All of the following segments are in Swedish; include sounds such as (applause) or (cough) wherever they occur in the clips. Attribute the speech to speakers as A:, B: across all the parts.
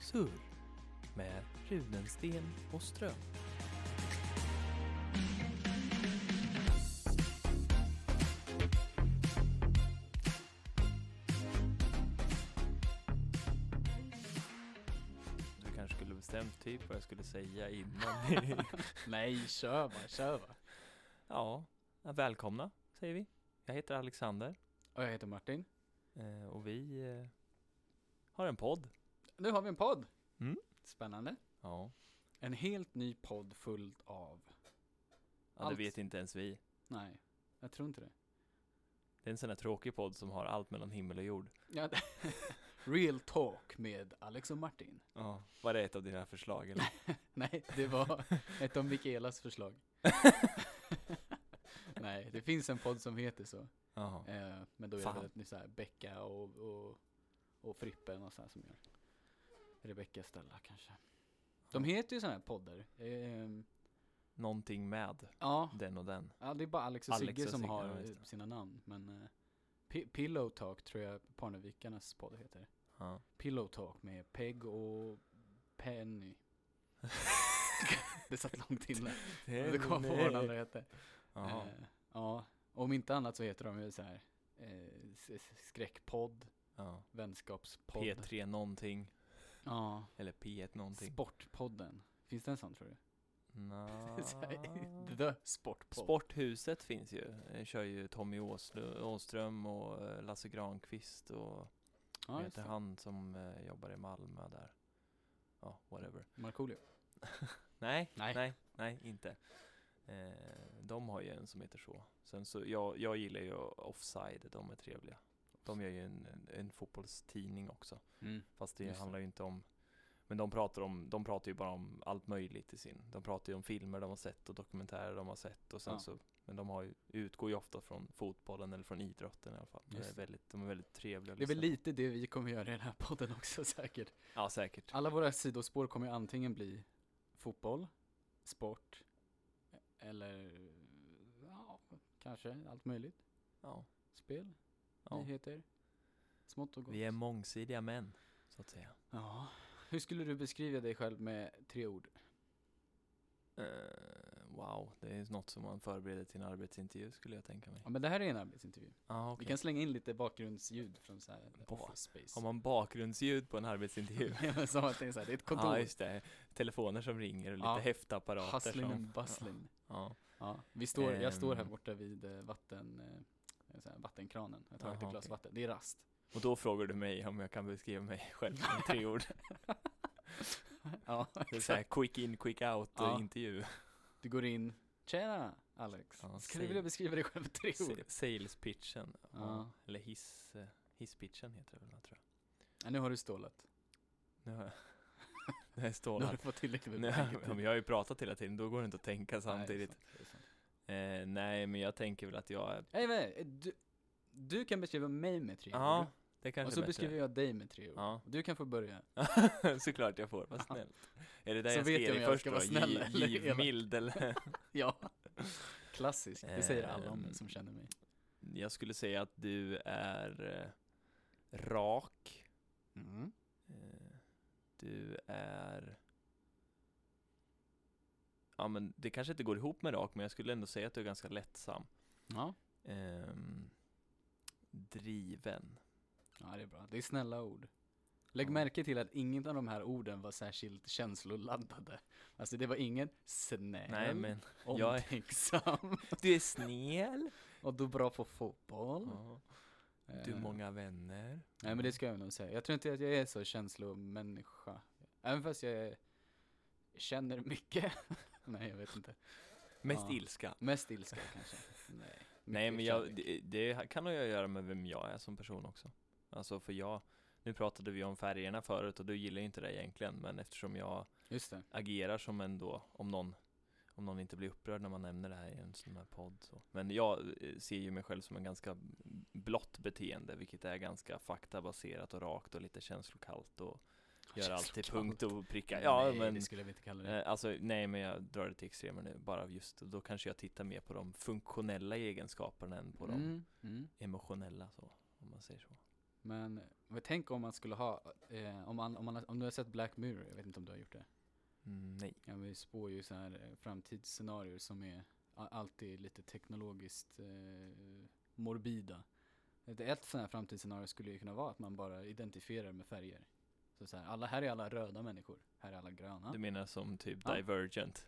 A: Surr med Rudensten och Ström. Du kanske skulle bestämt typ vad jag skulle säga innan vi...
B: Nej, kör bara, kör bara.
A: (laughs) Ja, välkomna säger vi. Jag heter Alexander
B: Och jag heter Martin.
A: eh, och vi eh, har en podd.
B: Nu har vi en podd!
A: Mm.
B: Spännande.
A: Ja,
B: En helt ny podd full av...
A: ja
B: Allt.
A: det vet inte ens vi.
B: Nej, jag tror inte det.
A: Det är en sån här tråkig podd som har allt mellan himmel och jord.
B: Ja, (laughs) Real talk med Alex och Martin.
A: Ja. Var det ett av dina förslag eller?
B: (laughs) Nej, det var ett av Mikaelas förslag. (laughs) Nej, det finns en podd som heter så.
A: (laughs) Jaha.
B: Eh, men då är
A: Fan.
B: det väl ett nytt så här Becka och, och, och Frippen och så här som gör. Rebecka Stella kanske. De heter ju sådana här poddar. Ehm,
A: Någonting med
B: ja,
A: den och den.
B: ja, det är bara Alex och
A: Alex
B: Sigge
A: och
B: som
A: Sigge,
B: har
A: ja,
B: eh,
A: just det.
B: sina namn. Men eh, Pi- Pillow Talk tror jag Parnevikarnas podd heter.
A: Ja.
B: Pillow Talk med Peg och Penny. (laughs) det satt
A: (laughs)
B: långt inne. Det kom på vad den andra hette.
A: Jaha.
B: Eh, ja, om inte annat så heter de ju så här eh, s- s- skräckpodd,
A: Ja.
B: vänskapspodd.
A: P3 någonting.
B: Ja,
A: Eller P1 någonting.
B: Sportpodden. Finns det en sån tror du? (laughs)
A: Ah.
B: Så här,
A: Nå.
B: The Sportpodd.
A: Sporthuset finns ju. Eh, Kör ju Tommy Åslö- Åström och eh, Lasse Granqvist och
B: ja,
A: vad
B: just
A: heter
B: det.
A: han som eh, jobbar i Malmö där. Ja, whatever.
B: Markoolio.
A: Nej, nej,
B: Nej.
A: nej, inte. Eh, de har ju en som heter så. Sen så, jag, jag gillar ju Offside, de är trevliga. De gör ju en, en, en fotbollstidning också.
B: Mm.
A: Fast det
B: Just det.
A: handlar ju inte om... Men de pratar, om, de pratar ju bara om allt möjligt i sin... De pratar ju om filmer de har sett och dokumentärer de har sett och sen
B: Ja.
A: så... Men de har ju, utgår ju ofta från fotbollen eller från idrotten i alla fall. Det
B: Just
A: är
B: det.
A: väldigt, de är väldigt trevliga att
B: Det är väl
A: lyssna på.
B: lite det vi kommer göra i den här podden också säkert.
A: Ja, säkert.
B: Alla våra sidospår kommer ju antingen bli fotboll, sport, eller ja, kanske allt möjligt.
A: Ja.
B: Spel,
A: ja.
B: nyheter, smått och gott.
A: Vi är mångsidiga män, så att säga.
B: Ja. Hur skulle du beskriva dig själv med tre ord?
A: Eh, wow, det är något som man förbereder till en arbetsintervju skulle jag tänka mig.
B: Ja, men det här är en arbetsintervju.
A: Ah,
B: Vi
A: okej.
B: kan slänga in lite bakgrundsljud från så här
A: Ba-
B: office space.
A: Har man bakgrundsljud på en arbetsintervju?
B: (laughs) Ja, men som att det är så här, det är ett
A: Ja,
B: kontor.
A: just det. Telefoner som ringer och lite
B: Ja.
A: häftapparater
B: Hustlin and
A: som...
B: bustlin.
A: Ja.
B: Ja, vi står, jag står här
A: Ehm.
B: borta vid eh, vatten, eh, så här, vattenkranen. Jag har tagit
A: Jaha,
B: ett glas
A: okej.
B: vatten. Det är rast.
A: Och då frågar du mig om jag kan beskriva mig själv med
B: (laughs)
A: tre ord.
B: Ja,
A: Det är så här quick in, quick out
B: Ja.
A: eh, intervju.
B: Du går in. Tjena Alex.
A: Ja,
B: Skulle du
A: säg-
B: vilja beskriva dig själv med (laughs) tre ord?
A: Sa- Sales pitchen. Ja.
B: Ja.
A: Eller hiss... eh, Hisspitchen heter det väl, tror jag.
B: Ja, nu har du stålat.
A: Nu har jag, (laughs) nu har jag
B: Nu har du
A: stålat.
B: fått tillräckligt med
A: Nu,
B: betyg.
A: men jag har ju pratat hela tiden, då går det inte att tänka
B: Nej, det är
A: samtidigt.
B: sant, det är sant.
A: Eh, nej, men jag tänker väl att jag är...
B: Nej, nej, du, du kan beskriva mig med tre ord.
A: Ja, det kanske
B: Och så
A: är bättre.
B: beskriver jag dig med tre ord.
A: Ja.
B: Du kan få börja.
A: (laughs) Såklart jag får, vad snällt. Är det där
B: Så
A: jag ska
B: vet
A: ge
B: jag om
A: dig
B: jag
A: först
B: ska
A: då?
B: vara snäll eller
A: Giv-
B: elak.
A: Givmild
B: (laughs)
A: eller?
B: Ja. Klassiskt. Det säger alla om
A: Ehm.
B: mig som känner mig.
A: Jag skulle säga att du är eh, rak.
B: Mm.
A: Eh, Du är... Ja men det kanske inte går ihop med rak, men jag skulle ändå säga att du är ganska lättsam.
B: Ja.
A: Ehm, driven.
B: ja, det är bra. Det är snälla ord. Lägg
A: Ja.
B: märke till att inget av de här orden var särskilt känsloladdade. Alltså det var ingen snäll,
A: Nej men, jag är-
B: omtänksam
A: du är snäll.
B: och du är bra på fotboll.
A: Ja. Du har
B: Eh,
A: många vänner.
B: Nej men det ska jag nog säga. Jag tror inte att jag är så känslomänniska. Även fast jag är- känner mycket. (laughs) Nej jag vet inte.
A: Mest
B: Ja.
A: ilska.
B: Mest ilska kanske. Nej.
A: Nej
B: mycket
A: men jag,
B: kärlek.
A: det, det kan nog göra med vem jag är som person också. Alltså för jag, nu pratade vi om färgerna förut och du gillar ju inte det egentligen, men eftersom jag
B: Just det.
A: agerar som en då, om någon, om någon inte blir upprörd när man nämner det här i en sån här podd. Så. Men jag eh, ser ju mig själv som en ganska blått beteende, vilket är ganska faktabaserat och rakt och lite känslokallt och gör allt till
B: Känslokallt.
A: punkt och pricka. Ja,
B: Nej,
A: men
B: det skulle vi inte kalla det.
A: Eh, Alltså, nej men jag drar det till extremer nu, bara just då kanske jag tittar mer på de funktionella egenskaperna än på de
B: Mm, mm.
A: emotionella så, om man säger så.
B: Men, men tänk om man skulle ha, eh, om, man, om, man, har- om du har sett Black Mirror, jag vet inte om du har gjort det.
A: Mm, nej.
B: Ja, vi spår ju så här eh, framtidsscenarier som är a- alltid lite teknologiskt eh, morbida. Ett, ett sånt här framtidsscenario skulle ju kunna vara att man bara identifierar med färger. Så, så här, alla, här är alla röda människor, här är alla gröna.
A: Du menar som typ
B: Ja.
A: Divergent?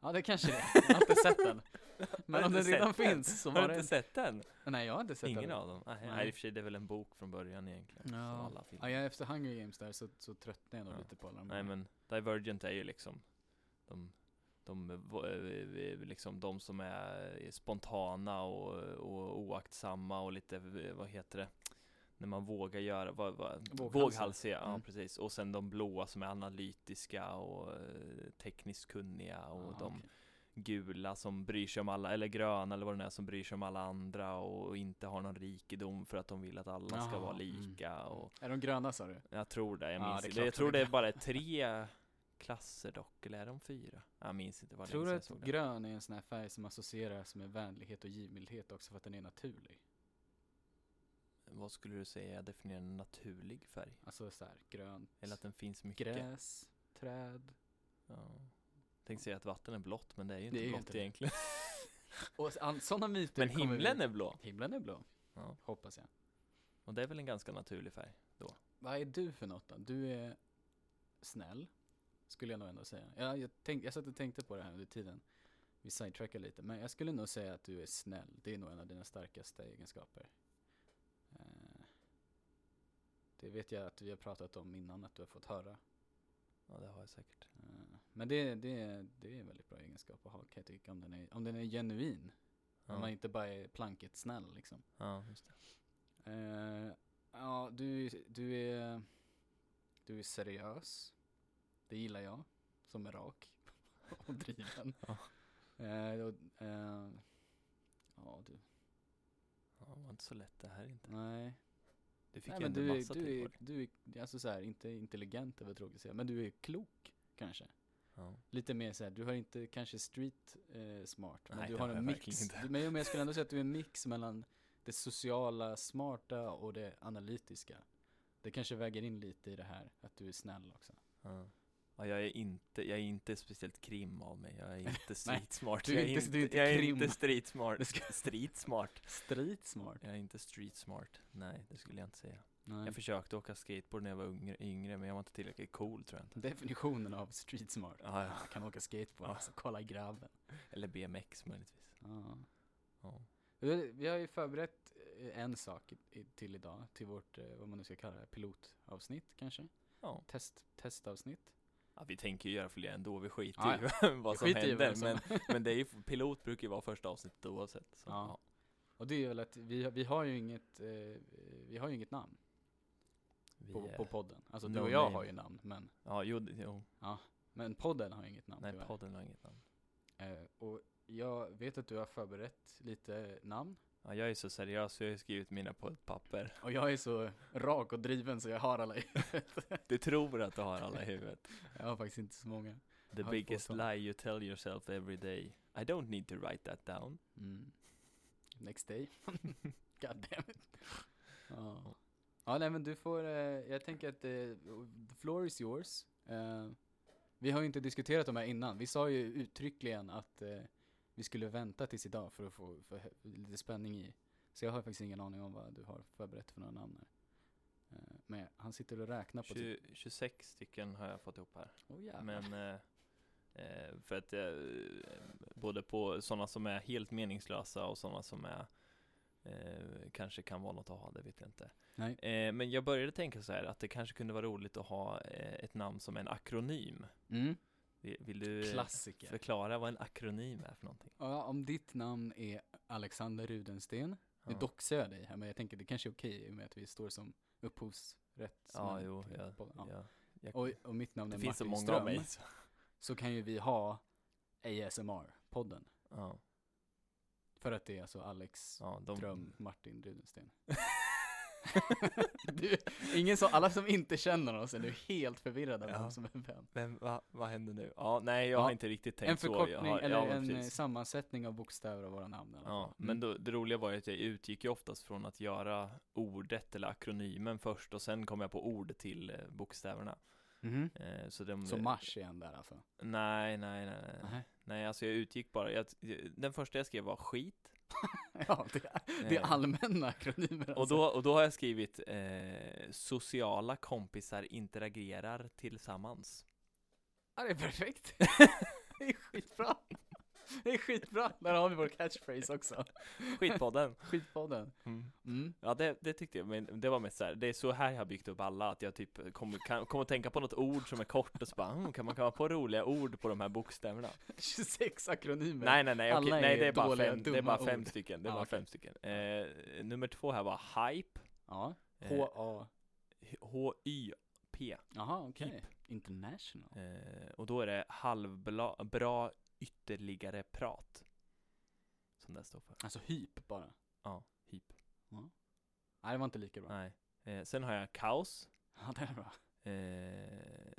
B: Ja det kanske
A: (laughs)
B: det är, jag har inte sett den. Men
A: Har
B: om
A: du
B: den
A: inte
B: redan
A: sett den?
B: finns så
A: Har du
B: var det...
A: inte sett den?
B: Nej jag har inte sett
A: Ingen
B: den.
A: av dem? Nej,
B: Nej.
A: Nej. i och för sig det är väl en bok från början egentligen.
B: Ja.
A: Som alla
B: Ja,
A: filmer.
B: jag, efter Hunger Games där så, så tröttnade jag nog
A: Ja.
B: lite på alla de
A: Nej
B: här.
A: men Divergent är ju liksom de, de, eh, vo- eh, eh, liksom de som är eh, spontana och, och oaktsamma och lite, eh, vad heter det? När man vågar göra, vad, vad,
B: Våghalsiga.
A: våghalsiga, ja
B: Mm.
A: precis. Och sen de blåa som är analytiska och eh, tekniskt kunniga och
B: Ja,
A: de
B: Ah, okej.
A: gula som bryr sig om alla, eller gröna eller vad det nu är som bryr sig om alla andra och, och inte har någon rikedom för att de vill att alla ska
B: Jaha,
A: vara
B: mm.
A: lika och
B: Är de gröna sa du?
A: jag tror det, jag
B: Ja,
A: minns
B: det är
A: det
B: klart
A: Jag
B: det
A: tror
B: är
A: det är
B: grönt.
A: bara tre klasser dock, eller är de fyra? Jag minns inte vad
B: Tror du
A: det
B: att grön är en sån här färg som associeras med vänlighet och givmildhet också för att den är naturlig?
A: Vad skulle du säga definierar en naturlig färg?
B: Alltså såhär grönt,
A: Eller att den finns mycket?
B: gräs, träd.
A: Ja. Tänkte säga att vatten är blått, men det är ju
B: Det
A: inte
B: är ju
A: blått
B: inte det.
A: egentligen.
B: Och s- an- sådana myter
A: men himlen är blå!
B: Himlen är blå.
A: Ja.
B: Hoppas jag.
A: Och det är väl en ganska naturlig färg?
B: Vad är du för något då? Du är snäll, skulle jag nog ändå säga. Jag, jag, tänk, jag satt och tänkte på det här under tiden. Vi sidetrackar lite, men jag skulle nog säga att du är snäll. Det är nog en av dina starkaste egenskaper. Eh, Det vet jag att vi har pratat om innan, att du har fått höra.
A: Ja, det har jag säkert.
B: Eh, Men det, det, det är en väldigt bra egenskap att ha kan jag tycka, om den är, om den är genuin.
A: Ja,
B: Om man inte bara är planket snäll liksom.
A: ja just det.
B: Eh, ja, du, du, är, du är seriös. Det gillar jag, som är rak (laughs) och driven.
A: Ja.
B: Eh, och, eh, ja, du.
A: Ja, det var inte så lätt det här inte.
B: Nej.
A: Du fick
B: Nej,
A: ju
B: men
A: ändå
B: du är,
A: massa
B: du,
A: tid
B: är,
A: på det.
B: du är, alltså så här, inte intelligent över tråkigt att säga, men du är klok kanske.
A: Ja.
B: Lite mer så här, du har inte kanske street eh, smart, men
A: Nej,
B: du
A: det
B: har
A: har
B: en
A: jag verkligen
B: mix.
A: inte.
B: Du- Men jag men jag skulle ändå säga att du är
A: (laughs)
B: en mix mellan det sociala smarta och det analytiska. Det kanske väger in lite i det här, att du är snäll också.
A: Ja. Ja, jag, är inte, jag är inte speciellt krim av mig,
B: (laughs)
A: jag är inte streetsmart.
B: du är
A: jag
B: inte- du är inte
A: jag är
B: krim.
A: inte
B: Det
A: streetsmart.
B: ska-
A: Streetsmart.
B: Street smart?
A: Jag är inte streetsmart. Nej, det skulle jag inte säga.
B: Nej.
A: Jag försökte åka skateboard när jag var yngre, yngre men jag var inte tillräckligt cool tror jag inte.
B: Definitionen av street smart.
A: Ja, ja.
B: Ah, kan åka skateboard,
A: Ja.
B: alltså, kolla grabben.
A: Eller BMX möjligtvis.
B: Ja.
A: Ja.
B: Vi vi har ju förberett eh, en sak i- i- till idag, till vårt, eh, vad man nu ska kalla det, pilotavsnitt kanske?
A: Ja.
B: Test, testavsnitt?
A: Ja, vi tänker ju göra fler ändå, vi skiter
B: Ah, Ja,
A: i (laughs) vad som
B: skiter i vad
A: händer.
B: som-
A: Men,
B: (laughs)
A: men det är ju, pilot brukar ju vara första avsnittet oavsett. Så,
B: Ja.
A: ja.
B: Och det är väl att vi, har- vi har ju inget, eh, vi har ju inget namn
A: Vi,
B: på,
A: eh,
B: på podden. Alltså du
A: no
B: och jag
A: name.
B: har ju namn, men,
A: ja, jo, det- jo.
B: men podden har inget namn
A: Nej,
B: tyvärr.
A: podden har inget namn.
B: eh, och jag vet att du har förberett lite namn,
A: Ja, jag är så seriös, så jag har ju skrivit mina på ett papper.
B: och jag är så rak och driven så jag har alla i (laughs) huvudet.
A: Du tror att du har alla (laughs) i huvudet.
B: jag har faktiskt inte så många.
A: The
B: Har du
A: biggest
B: fått dem?
A: lie you tell yourself every day. I don't need to write that down.
B: Mm. Next day. God damn it. Ja. ja, nej men du får, eh, jag tänker att eh, the floor is yours. Eh, vi har ju inte diskuterat de här innan. Vi sa ju uttryckligen att eh, vi skulle vänta tills idag för att få för, hö- lite spänning i. Så jag har faktiskt ingen aning om vad du har förberett för några namn här. Eh, men han sitter och räknar på sitt...
A: 20, 26 stycken har jag fått ihop här.
B: Oh, jävlar.
A: typ. Men eh, eh, för att eh, både på sådana som är helt meningslösa och sådana som är eh, kanske kan vara något att ha, det vet jag inte.
B: Nej.
A: Eh, men jag började tänka så här att det kanske kunde vara roligt att ha eh, ett namn som en akronym.
B: Mm.
A: Vill vill du eh,
B: Klassiker.
A: förklara vad en akronym är för någonting?
B: Ja, om ditt namn är Alexander Rudensten. Nu
A: Ja.
B: doxar jag dig här, men jag tänker det kanske är okej i och med att vi står som upphovsrättsmän.
A: Ja, jo,
B: till
A: ja,
B: podden. typ Ja.
A: ja. Jag,
B: Och, och mitt namn
A: det
B: är
A: finns så
B: Martin
A: många
B: Ström.
A: av mig. Så,
B: Så kan ju vi ha ASMR-podden.
A: ja,
B: För att det är alltså Alex
A: ja, de,
B: Ström Martin Rudensten. (laughs) Du, ingen så, alla som inte känner oss är nu helt förvirrade av
A: Ja.
B: vem som är vem.
A: Men va, vad händer nu? Ja, nej jag
B: Ja,
A: har inte riktigt tänkt
B: En
A: så. Jag
B: förkortning
A: har,
B: eller
A: ja, men
B: en eh,
A: precis.
B: sammansättning av bokstäver av våra namn. i alla
A: Ja,
B: fall.
A: men
B: Mm.
A: då, det roliga var ju att jag utgick ju oftast från att göra ordet eller akronymen först och sen kom jag på ord till eh, bokstäverna.
B: Mhm.
A: Eh, så de,
B: Så mars igen där alltså?
A: Nej, nej, nej, nej.
B: Nej. (laughs)
A: Nej, alltså jag utgick bara. Jag, den första jag skrev var skit.
B: Ja, det, det är
A: Eh,
B: allmänna akronymer
A: och,
B: alltså.
A: då, och då har jag skrivit eh, sociala kompisar interagerar tillsammans.
B: Ja, det är perfekt. (laughs) det är skitbra. Det är skitbra. Där har vi vår catchphrase också.
A: Skitpodden.
B: Skitpodden.
A: Mm.
B: Mm. (laughs)
A: Ja, det, det tyckte jag, men det var mest så här, det är så här jag har byggt upp alla, att jag typ kommer kan, kommer att tänka på något ord som är kort och så bara, mm, kan man komma på roliga ord på de här bokstäverna?
B: 26 akronymer.
A: Nej nej nej,
B: alla
A: okej,
B: är
A: nej det är bara
B: dåliga,
A: fem, det är bara
B: dumma
A: fem
B: ord.
A: stycken, det är
B: Ja,
A: bara
B: okej.
A: fem stycken. Eh, nummer två här var hype,
B: Ja.
A: eh,
B: H-A.
A: H-Y-P,
B: Jaha, okej. International.
A: eh, och då är det halvbra bra ytterligare prat. Som det står för.
B: Alltså hyp bara.
A: Ja, hyp.
B: Nej, det var inte lika bra.
A: Nej. Eh, sen har jag kaos.
B: Ja, det är bra.
A: Eh,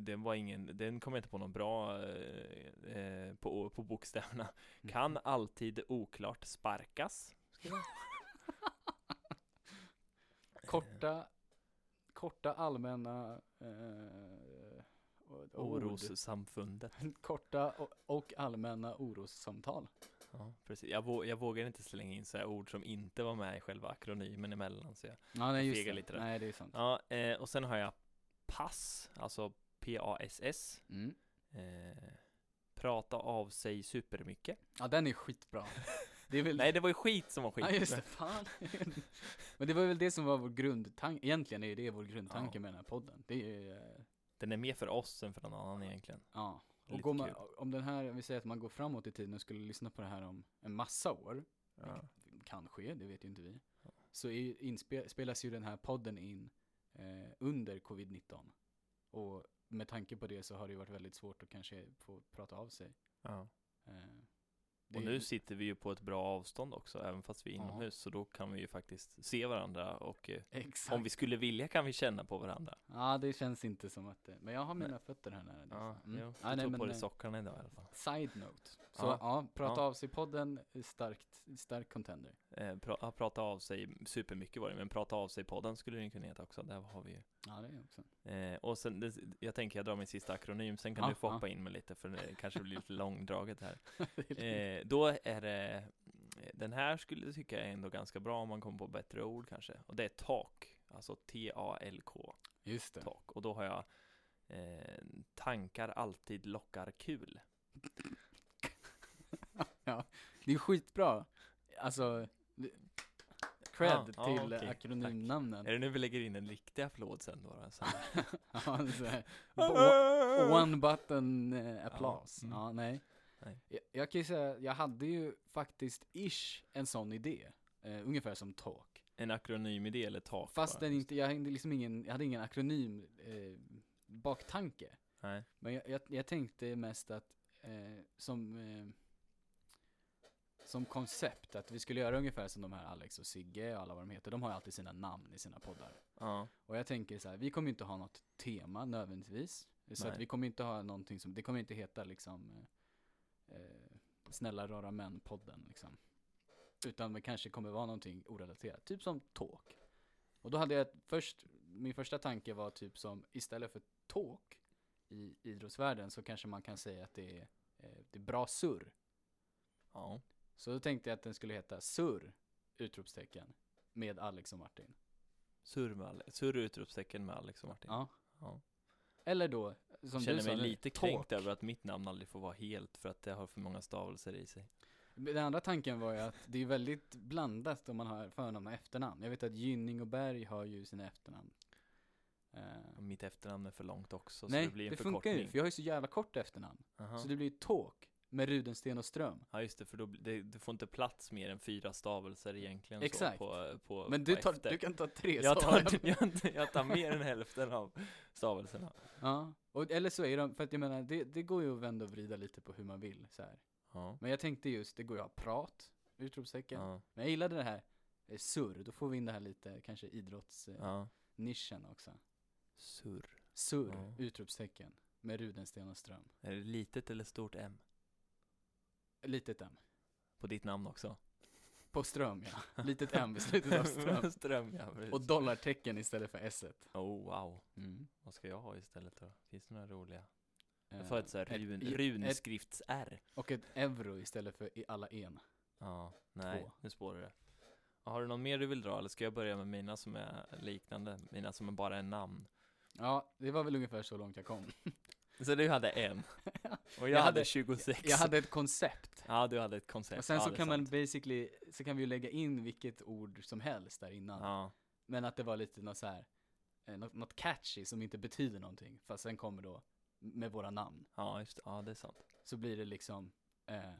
A: den var ingen, den kom jag inte på någon bra eh, eh, på, på bokstäverna.
B: Mm.
A: Kan alltid oklart sparkas. Eh.
B: Korta, korta allmänna eh, o- ord.
A: Orossamfundet.
B: Korta o- och allmänna orossamtal.
A: Ja, precis. Jag, vå- jag vågar inte slänga in så här ord som inte var med i själva akronymen emellan. Så jag.
B: Ja, nej
A: Jag
B: just
A: fegar
B: det.
A: lite där.
B: Nej, det är sant.
A: Ja, eh, och sen har jag pass, alltså P-A-S-S.
B: Mm.
A: Eh, prata av sig supermycket.
B: Ja, den är skitbra. Det är
A: (laughs)
B: väl...
A: Nej, det var ju skit som var skit.
B: Ja, just det. Fan. (laughs) Men det var väl det som var vår grundtanke. Egentligen är ju det vår grundtanke
A: Ja.
B: med den här podden. Det är ju, eh,
A: Den är mer för oss än för någon annan egentligen.
B: ja. Och
A: Lite
B: går man,
A: kul.
B: om den här, vi säger att man går framåt i tiden och skulle lyssna på det här om en massa år,
A: Ja.
B: kanske, det vet ju inte vi,
A: Ja.
B: så är, inspe- spelas ju den här podden in eh, under covid-19. Och med tanke på det så har det ju varit väldigt svårt att kanske få prata av sig.
A: Ja.
B: Eh, det
A: Och
B: är-
A: nu sitter vi ju på ett bra avstånd också, även fast vi är
B: Ja.
A: inomhus. Så då kan vi ju faktiskt se varandra och eh,
B: Exakt.
A: om vi skulle vilja kan vi känna på varandra.
B: Ja, det känns inte som att det, men jag har
A: Nej.
B: mina fötter här nära. liksom.
A: Ja,
B: Mm.
A: jo,
B: Ja,
A: du
B: nej,
A: tog
B: men,
A: på dig
B: eh,
A: sockarna idag i alla fall.
B: Side note. Så ja,
A: Ja,
B: prata
A: ja.
B: av sig podden, eh, starkt, stark contender.
A: Eh, pra, ja, prata av sig supermycket var det, men prata av sig podden skulle den kunna heta också, där har vi ju.
B: Ja, det är också.
A: Eh, och sen, det, jag tänker jag drar min sista akronym, sen kan
B: Ja,
A: du få
B: ja.
A: hoppa in med lite för det kanske blir lite långdraget här.
B: (laughs) Det är lite-
A: Eh, då är det, eh, den här skulle jag tycka är ändå ganska bra om man kommer på bättre ord kanske. Och det är tak, alltså T-A-L-K,
B: Just (laughs) det.
A: tak. Och då har jag eh, tankar alltid lockar kul.
B: Det är skitbra. Alltså, det- cred
A: Ja, ja,
B: till
A: okej.
B: eh, akronymnamnen.
A: Är det nu vi lägger in en riktig applåd sen då? då? Så
B: (laughs)
A: här.
B: Ja, så här,
A: (laughs)
B: o- One button eh, applause. Ja,
A: mm.
B: nej.
A: Nej.
B: Jag, jag kan ju säga, jag hade ju faktiskt ish en sån idé. Eh, ungefär som talk.
A: En akronymidé eller tak? bara.
B: Fast den inte, jag hade liksom ingen, jag hade ingen akronym eh, baktanke.
A: Nej.
B: Men jag, jag, jag tänkte mest att eh, som, eh, som koncept, att vi skulle göra ungefär som de här Alex och Sigge och alla vad de heter. De har ju alltid sina namn i sina poddar.
A: Ja.
B: Och jag tänker så här, vi kommer ju inte ha något tema nödvändigtvis. Så att
A: Nej.
B: vi kommer inte ha någonting som, det kommer inte heta liksom eh, eh, Snälla rara män-podden liksom. Utan det kanske kommer vara någonting orelaterat, typ som talk. Och då hade jag först, min första tanke var typ som istället för talk i idrottsvärlden så kanske man kan säga att det är, eh, det är bra surr.
A: ja.
B: Så då tänkte jag att den skulle heta surr! Utropstecken. Med Alex och Martin.
A: Surr med Alex, surr och utropstecken med Alex och Martin.
B: Ja.
A: Ja.
B: Eller då, som
A: Känner
B: du sa,
A: mig
B: nu,
A: lite
B: talk.
A: kränkt över att mitt namn aldrig får vara helt för att det har för många stavelser i sig.
B: Den andra tanken var ju att det är väldigt blandat om man har förnamn och efternamn. Jag vet att Gynning och Berg har ju sina efternamn. Eh,
A: Och mitt efternamn är för långt också,
B: nej,
A: så det blir en
B: det funkar
A: förkortning.
B: ju, för jag har ju så jävla kort efternamn.
A: Aha.
B: Så det blir ju Tåk med Rudensten och Ström.
A: Ja just det, för då, bli- det, du får inte plats mer än fyra stavelser egentligen
B: Exakt.
A: Så, på, på,
B: Men
A: på
B: du, tar,
A: efter.
B: du kan ta tre
A: jag
B: svar.
A: tar, (laughs) jag, jag tar mer än hälften av stavelserna.
B: (laughs) Ja, och, eller så är de, för att jag menar, det, det går ju att vända och vrida lite på hur man vill så här.
A: Ja.
B: Men jag tänkte just, det går ju att ha prat, utropstecken.
A: ja.
B: Men jag gillade det här, eh, surr, då får vi in det här lite kanske idrottsnischen eh,
A: Ja.
B: nischen också.
A: Surr.
B: Surr,
A: Ja.
B: utropstecken, med Rudensten och Ström.
A: Är det litet eller stort M?
B: Litet M.
A: På ditt namn
B: (laughs)
A: också?
B: På Ström ja, litet M vid slutet av Ström.
A: Ström, ja. (laughs) precis.
B: Och dollartecken istället för S.
A: Oh, wow.
B: Mm.
A: Vad ska jag ha istället då? Finns det några roliga? Jag
B: Eh,
A: får ett sånt här
B: ett
A: run,
B: i- ett-
A: runskrifts-R.
B: Och ett euro istället för i alla en.
A: Ja, nej,
B: Två.
A: nu spårar det. Ja, Har du någon mer du vill dra eller ska jag börja med mina som är liknande? Mina som är bara är namn.
B: Ja, det var väl ungefär så långt
A: (laughs)
B: jag kom.
A: Så du hade
B: (laughs)
A: en och jag,
B: Jag
A: hade,
B: hade-
A: 26.
B: Jag hade ett koncept.
A: Ja, du hade ett koncept.
B: Och sen
A: ja,
B: så
A: det är
B: kan man
A: sant.
B: basically, så kan vi ju lägga in vilket ord som helst där innan.
A: Ja,
B: Men att det var lite något så här, eh, något, något catchy som inte betyder någonting. Fast sen kommer då med våra namn.
A: ja, just det. Ja, det är sant.
B: Så blir det liksom, eh,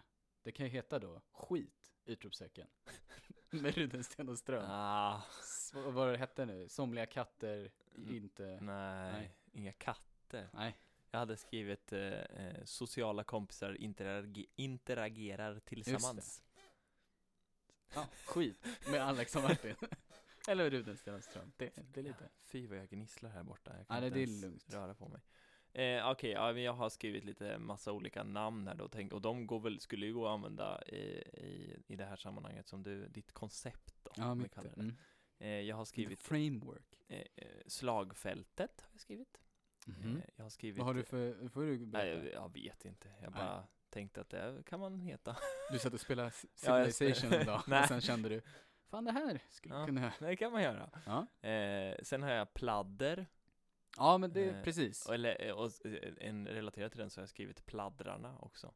B: det kan ju heta då skit, utropstecken. (laughs) med Rudensten och Ström.
A: Ah,
B: S- vad var det hette nu? Somliga katter,
A: Mm.
B: inte...
A: nej,
B: Nej.
A: inga katter.
B: Nej.
A: Jag hade skrivit eh, eh, sociala kompisar interagi- interagerar tillsammans.
B: Ja, skit med Alex och Martin. (laughs) Eller Rudensten och Ström. Det, det är lite.
A: Fy vad jag gnisslar här borta. Jag
B: Ja,
A: kan
B: det
A: inte
B: är
A: ens
B: lugnt.
A: röra på mig. Eh, Okej, ja, men jag har skrivit lite massa olika namn här då, tänk, och de går väl, skulle ju gå att använda i, i, i det här sammanhanget som du, ditt koncept då,
B: Ja,
A: om vi
B: mitt.
A: kallar det.
B: Mm.
A: Eh, jag har
B: Skrivit.
A: skrivit
B: Framework.
A: eh, eh, slagfältet, har jag skrivit.
B: Mhm.
A: Eh, jag har skrivit...
B: Vad har du för, får du
A: Nej,
B: berätta?
A: jag, jag vet inte. Jag
B: Nej.
A: bara tänkte att det kan man heta. (laughs)
B: Du satt och spelade C-
A: Ja, jag
B: Civilization
A: (laughs)
B: en dag
A: Nej.
B: och sen kände du, fan det här skulle
A: Ja.
B: kunna...
A: Det kan man göra.
B: Ja,
A: Eh, sen har jag pladder,
B: ja men det,
A: Eh,
B: precis.
A: och- eller eh, och, eh, en relaterad till den så har jag skrivit pladdrarna också.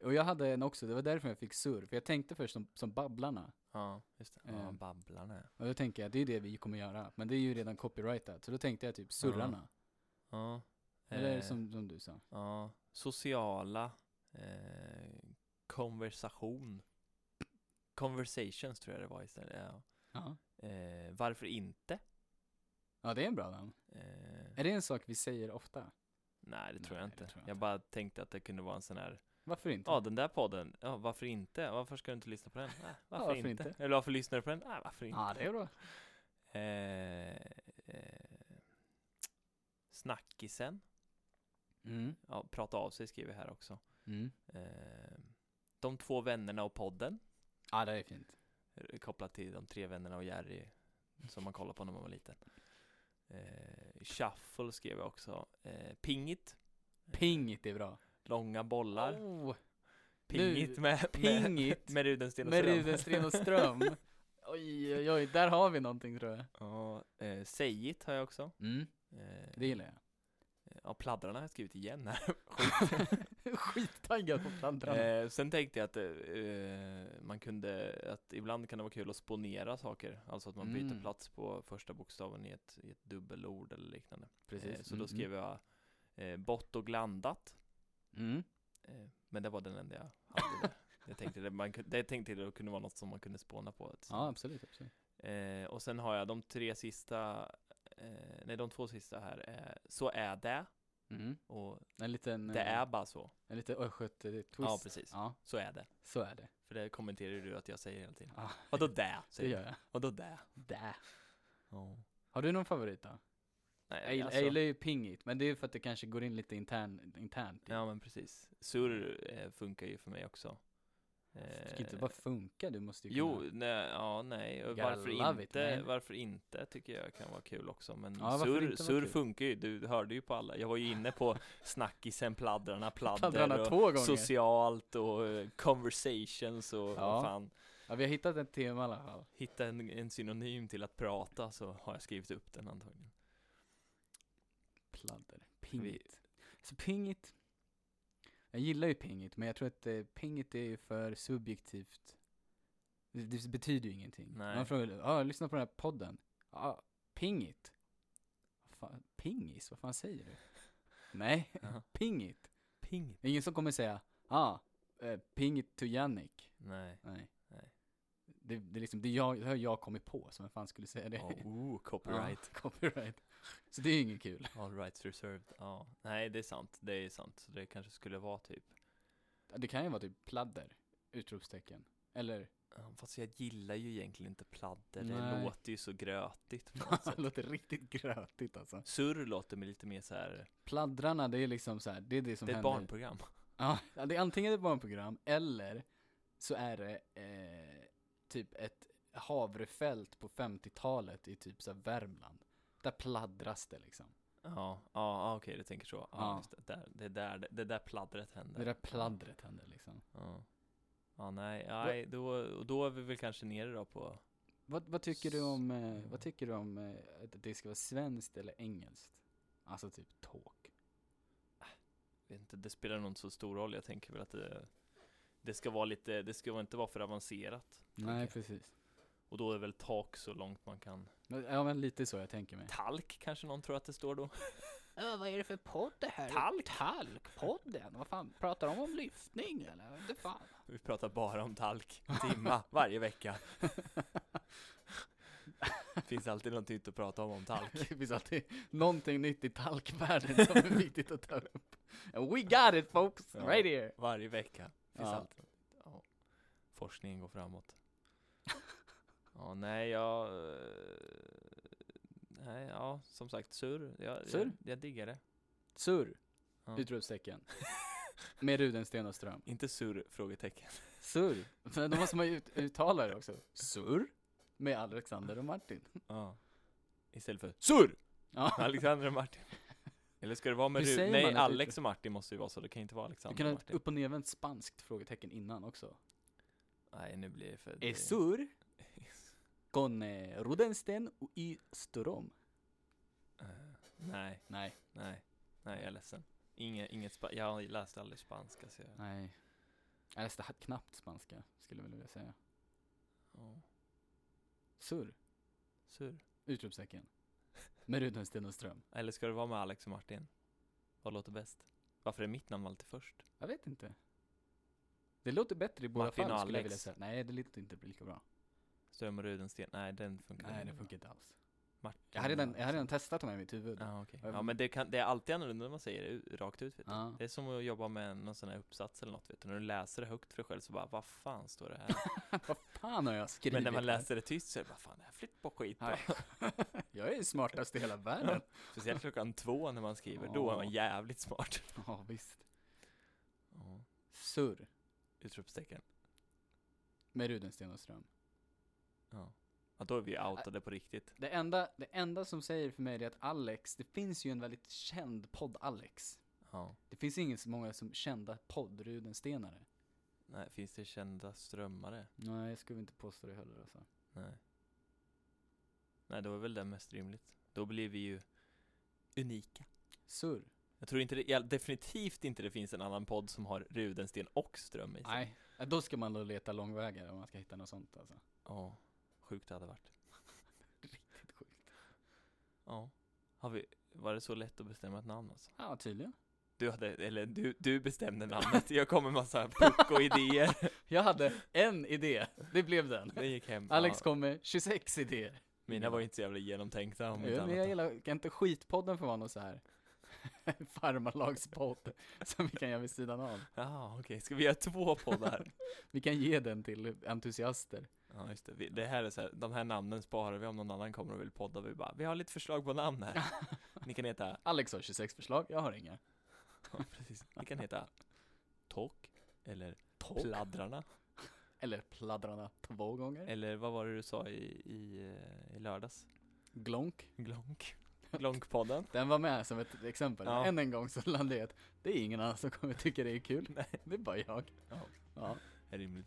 B: Och jag hade en också, det var därför jag fick surr. För jag tänkte först som, som Babblarna.
A: Ja, just det. Ja,
B: Eh.
A: babblarna.
B: Och då tänker jag, det är det vi kommer göra. Men det är ju redan copyrightat. Så då tänkte jag typ Surrarna.
A: Ja.
B: Eller
A: Eh,
B: som, som du sa.
A: Ja, sociala eh, konversation. Conversations tror jag det var istället. Ja.
B: Ja.
A: Eh, varför inte?
B: ja, det är en bra namn.
A: Eh,
B: Är det en sak vi säger ofta?
A: nej, det tror
B: Nej,
A: jag
B: det
A: inte.
B: tror jag
A: jag
B: inte.
A: bara tänkte att det kunde vara en sån här,
B: Varför inte?
A: ja den där podden, ja varför inte? Varför ska du inte lyssna på den? Ah, varför,
B: varför
A: inte?
B: inte?
A: Eller varför lyssnar du på den? Ah, varför inte?
B: Ja, det är bra.
A: Eh, eh, snackisen,
B: Mm.
A: ja, prata av sig skriver jag här också.
B: Mm.
A: Eh, de två vännerna och podden.
B: Ja, det är
A: Eh.
B: fint.
A: r- kopplat till de tre vännerna och Jerry som man kollade på när man var liten. Eh, shuffle skrev jag också. Eh, pingit.
B: Pingit är bra.
A: Långa bollar.
B: Oh,
A: Pingit med, med,
B: pingit
A: med Rudensten och
B: med
A: Ström.
B: Rudensten och Ström. Oj, oj, oj, där har vi någonting tror jag.
A: (laughs) Ja, eh, Sayit har jag också.
B: Mm,
A: Eh,
B: det gillar jag.
A: ja, pladdrarna har jag skrivit igen
B: (laughs)
A: här.
B: Skittaggad på plantorna.
A: Eh, sen tänkte jag att eh, eh, man kunde, att ibland kan det vara kul att sponera saker. Alltså att man byter
B: Mm.
A: plats på första bokstaven i ett, i ett dubbelord eller liknande. Eh, så då
B: Mm,
A: skrev jag eh, bott och glandat.
B: mm. Mm.
A: Eh, Men det var den enda jag hade
B: (laughs)
A: där. Jag tänkte det, man, kunde- det jag tänkte det kunde vara något som man kunde spåna på.
B: Ja, absolut. absolut.
A: Eh, och sen har jag de tre sista, eh, nej de två sista här. är så är det
B: Mm.
A: och
B: En liten,
A: det
B: eh,
A: är bara så.
B: en liten östgöte-twist.
A: Ja, precis.
B: Ja,
A: Så är det.
B: så är det.
A: För det kommenterar ju du att jag säger hela tiden.
B: Ja,
A: Vadå det?
B: Ah. det
A: Säger jag.
B: gör jag.
A: Vadå det?
B: Där.
A: Oh.
B: Har du någon favorit då? Jag
A: Nej,
B: gillar-
A: Eh, alltså,
B: jag gillar ju pingit, men det är ju för att det kanske går in lite intern, internt.
A: ja men precis. Surr eh, funkar ju för mig också. Eh,
B: Det ska inte bara funka, du måste ju
A: Jo,
B: kunna...
A: nej, ja, nej. och
B: Gotta
A: Varför
B: love it,
A: inte,
B: man.
A: varför inte tycker jag kan vara kul också. Men
B: Ja, varför
A: surr
B: inte vara
A: sur
B: kul?
A: funkar ju. Du hörde ju på alla. Jag var ju inne
B: (laughs)
A: på snackisen, pladdrarna, pladder
B: Pladdrarna
A: och
B: två gånger.
A: socialt och eh, conversations och
B: Ja.
A: vad fan.
B: Ja, vi har hittat ett tema i alla fall.
A: Hitta en, en synonym till att prata så har jag skrivit upp den antagligen.
B: Pladder. Pingit. Så alltså, pingit. Jag gillar ju pingit, men jag tror att eh, pingit är ju för subjektivt. Det, det betyder ju ingenting.
A: Nej.
B: Man frågar, ja, lyssna på den här podden. Ja, pingit. Vad Fan, pingis? Vad fan
A: (laughs)
B: säger du? Nej,
A: Ja.
B: pingit.
A: Ping.
B: Det är ingen som kommer säga, ja, ah, eh, pingit to Jannik.
A: Nej.
B: Nej.
A: Nej.
B: Det, det är liksom, det, jag, det har jag kommit på, så vem fan skulle säga det?
A: Oh, ooh,
B: (laughs) Ja,
A: copyright.
B: copyright. Så det är ju inget kul.
A: All rights reserved. Ja. Nej, det är sant. Det är sant. Så det kanske skulle vara typ.
B: (laughs) Det kan ju vara typ pladder, utropstecken. Eller
A: Ja, Fast jag gillar ju egentligen inte pladder, det
B: Nej.
A: låter ju så grötigt på
B: (laughs)
A: något sätt.
B: det låter riktigt grötigt alltså.
A: Surr låter mig lite mer så här.
B: Pladdrarna, det är liksom så här, det är det som
A: det är ett
B: händer.
A: barnprogram.
B: Ja, det är antingen ett barnprogram eller så är det eh, typ ett havrefält på 50-talet i typ så här Värmland. Där pladdras det liksom.
A: Ja, ja, ja okej, du tänker så. Ja,
B: Ja.
A: Just det. Där, det, är där, det, är där pladdret händer.
B: Det där pladdret händer liksom.
A: Ja. Ja, nej, nej då, och då är vi väl kanske nere då på
B: Vad, vad tycker du om, eh, vad tycker du om eh, att det ska vara svenskt eller engelskt? Alltså typ talk.
A: vet inte, det spelar nog inte så stor roll. Jag tänker väl att det, det ska vara lite, det ska inte vara för avancerat.
B: Nej,
A: Okej.
B: precis.
A: Och då är väl tak så långt man kan.
B: Men- Ja, men lite så jag tänker mig.
A: Talk kanske någon tror att det står då. (laughs)
B: Äh, vad är det för podd det här?
A: Talk.
B: Talkpodden? Vad fan, pratar de om lyftning eller? Det fan.
A: Vi pratar bara om talk, en timma, varje vecka. (laughs) Finns alltid något nytt att prata om om talk.
B: Det finns alltid någonting nytt i talkvärlden som är viktigt att ta upp. And we got it folks,
A: Ja.
B: right here!
A: Varje vecka. Finns
B: Ja.
A: alltid. Ja. Forskningen går framåt. ja, nej, jag... eh, Nej, ja, som sagt, surr. Jag,
B: Surr?
A: Jag, jag diggar det.
B: Surr!
A: Ja.
B: (laughs) Utropstecken. Med Rudensten och Ström.
A: Inte surr? Frågetecken.
B: Surr! Men Då måste man ju ut- uttala det också. Surr! Med Alexander och Martin.
A: Ja. Istället för surr!
B: Ja.
A: Alexander och Martin. Eller ska det vara med
B: Hur
A: Ru-
B: säger
A: Nej,
B: man att-
A: Alex och Martin måste ju vara så. Det kan ju inte vara
B: Du
A: Alexander
B: kan
A: och
B: ha ett
A: Martin.
B: upp och nervänt spanskt frågetecken innan också.
A: Nej, nu blir det för...
B: Är surr con eh, Rudensten och i Ström.
A: Eh, nej,
B: Nej,
A: nej. Nej, jag är ledsen. Inge, inget spa- jag läste aldrig spanska så jag...
B: nej. Jag läste ha- knappt spanska, skulle jag vilja säga.
A: Ja.
B: Surr!
A: Surr.
B: Utropstecken. Med Rudensten och Ström.
A: Eller ska det vara med Alex och Martin? Vad låter bäst? Varför är mitt namn alltid först?
B: Jag vet inte. Det låter bättre i båda
A: Martin och
B: fall skulle jag
A: Alex.
B: vilja säga. Nej, det låter inte lika bra.
A: Ström och Rudensten? Nej, den funkar
B: Nej,
A: inte
B: det
A: bra.
B: funkar inte alls.
A: Martin
B: Jag har redan,
A: och
B: jag har redan
A: Alexander.
B: testat de här i mitt huvud.
A: Ja, okej.
B: Jag-
A: Ja, men det, kan, det är alltid annorlunda när man säger det u- rakt ut. Vet du.
B: Ja.
A: Det är som att jobba med någon sån här uppsats eller något. Vet du. När du läser det högt för dig själv så bara, vad fan står det här?
B: (laughs) Vad fan har jag skrivit?
A: men när man
B: här?
A: läser det tyst så är det bara, fan det här flytt på skit. då."
B: Nej. (laughs) jag är ju smartast i hela världen.
A: (laughs) Speciellt klockan två när man skriver, då är man
B: Ja.
A: jävligt smart.
B: (laughs) Ja, visst.
A: Ja.
B: Surr.
A: Utropstecken.
B: Med Rudensten och Ström.
A: Ja. ja, då är vi outade på riktigt.
B: Det enda, det enda som säger för mig är att Alex, det finns ju en väldigt känd podd-Alex.
A: Ja.
B: Det finns ingen så många som kända podd-Rudenstenare.
A: Nej, finns det kända strömmare?
B: Nej, jag skulle inte påstå det heller alltså.
A: Nej. Nej, då är väl det mest rimligt. Då blir vi ju unika.
B: Surr.
A: Jag tror inte det, ja, definitivt inte det finns en annan podd som har Rudensten och Ström i sig.
B: Nej, ja, då ska man då leta långvägar om man ska hitta något sånt alltså.
A: Ja, sjukt det hade varit.
B: (laughs) Riktigt sjukt.
A: Ja. Har vi, var det så lätt att bestämma ett namn alltså?
B: Ja, tydligen.
A: Du hade, eller du, du bestämde namnet. Jag kom med massa
B: (laughs)
A: pucko-idéer.
B: Jag hade en idé, det blev den.
A: Det gick hem.
B: Alex
A: ja,
B: kom med 26 idéer.
A: mina var ju inte så jävla genomtänkta om inte
B: Ja, men jag
A: annat.
B: gillar, kan inte skitpodden få vara någon så här (laughs) farmarlagspodd (laughs) som vi kan göra vid sidan av?
A: Jaha, okej. Ska vi göra två
B: (laughs)
A: poddar?
B: Vi kan ge den till entusiaster.
A: ja, just det. Vi, det här är så här, de här namnen sparar vi om någon annan kommer och vill podda. Vi bara, vi har lite förslag på namn
B: (laughs)
A: här. Ni kan heta,
B: Alex har 26 förslag, jag har inga.
A: ja, precis. Ni kan heta Tok, eller
B: Tok.
A: Pladdrarna,
B: Eller pladdrarna två gånger.
A: eller vad var det du sa i, i, eh, i lördags?
B: Glonk.
A: Glonk. Glonkpodden.
B: Den var med som ett exempel.
A: Ja.
B: Än en gång så landade jag i att det är ingen annan som kommer tycka det är kul.
A: Nej.
B: Det är bara jag.
A: Ja.
B: Ja.
A: (laughs) Är rimligt.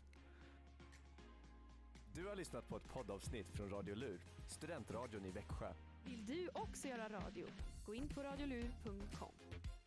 C: Du har lyssnat på ett poddavsnitt från Radio Lur, studentradion i Växjö.
D: Vill du också göra radio? Gå in på radiolur.com.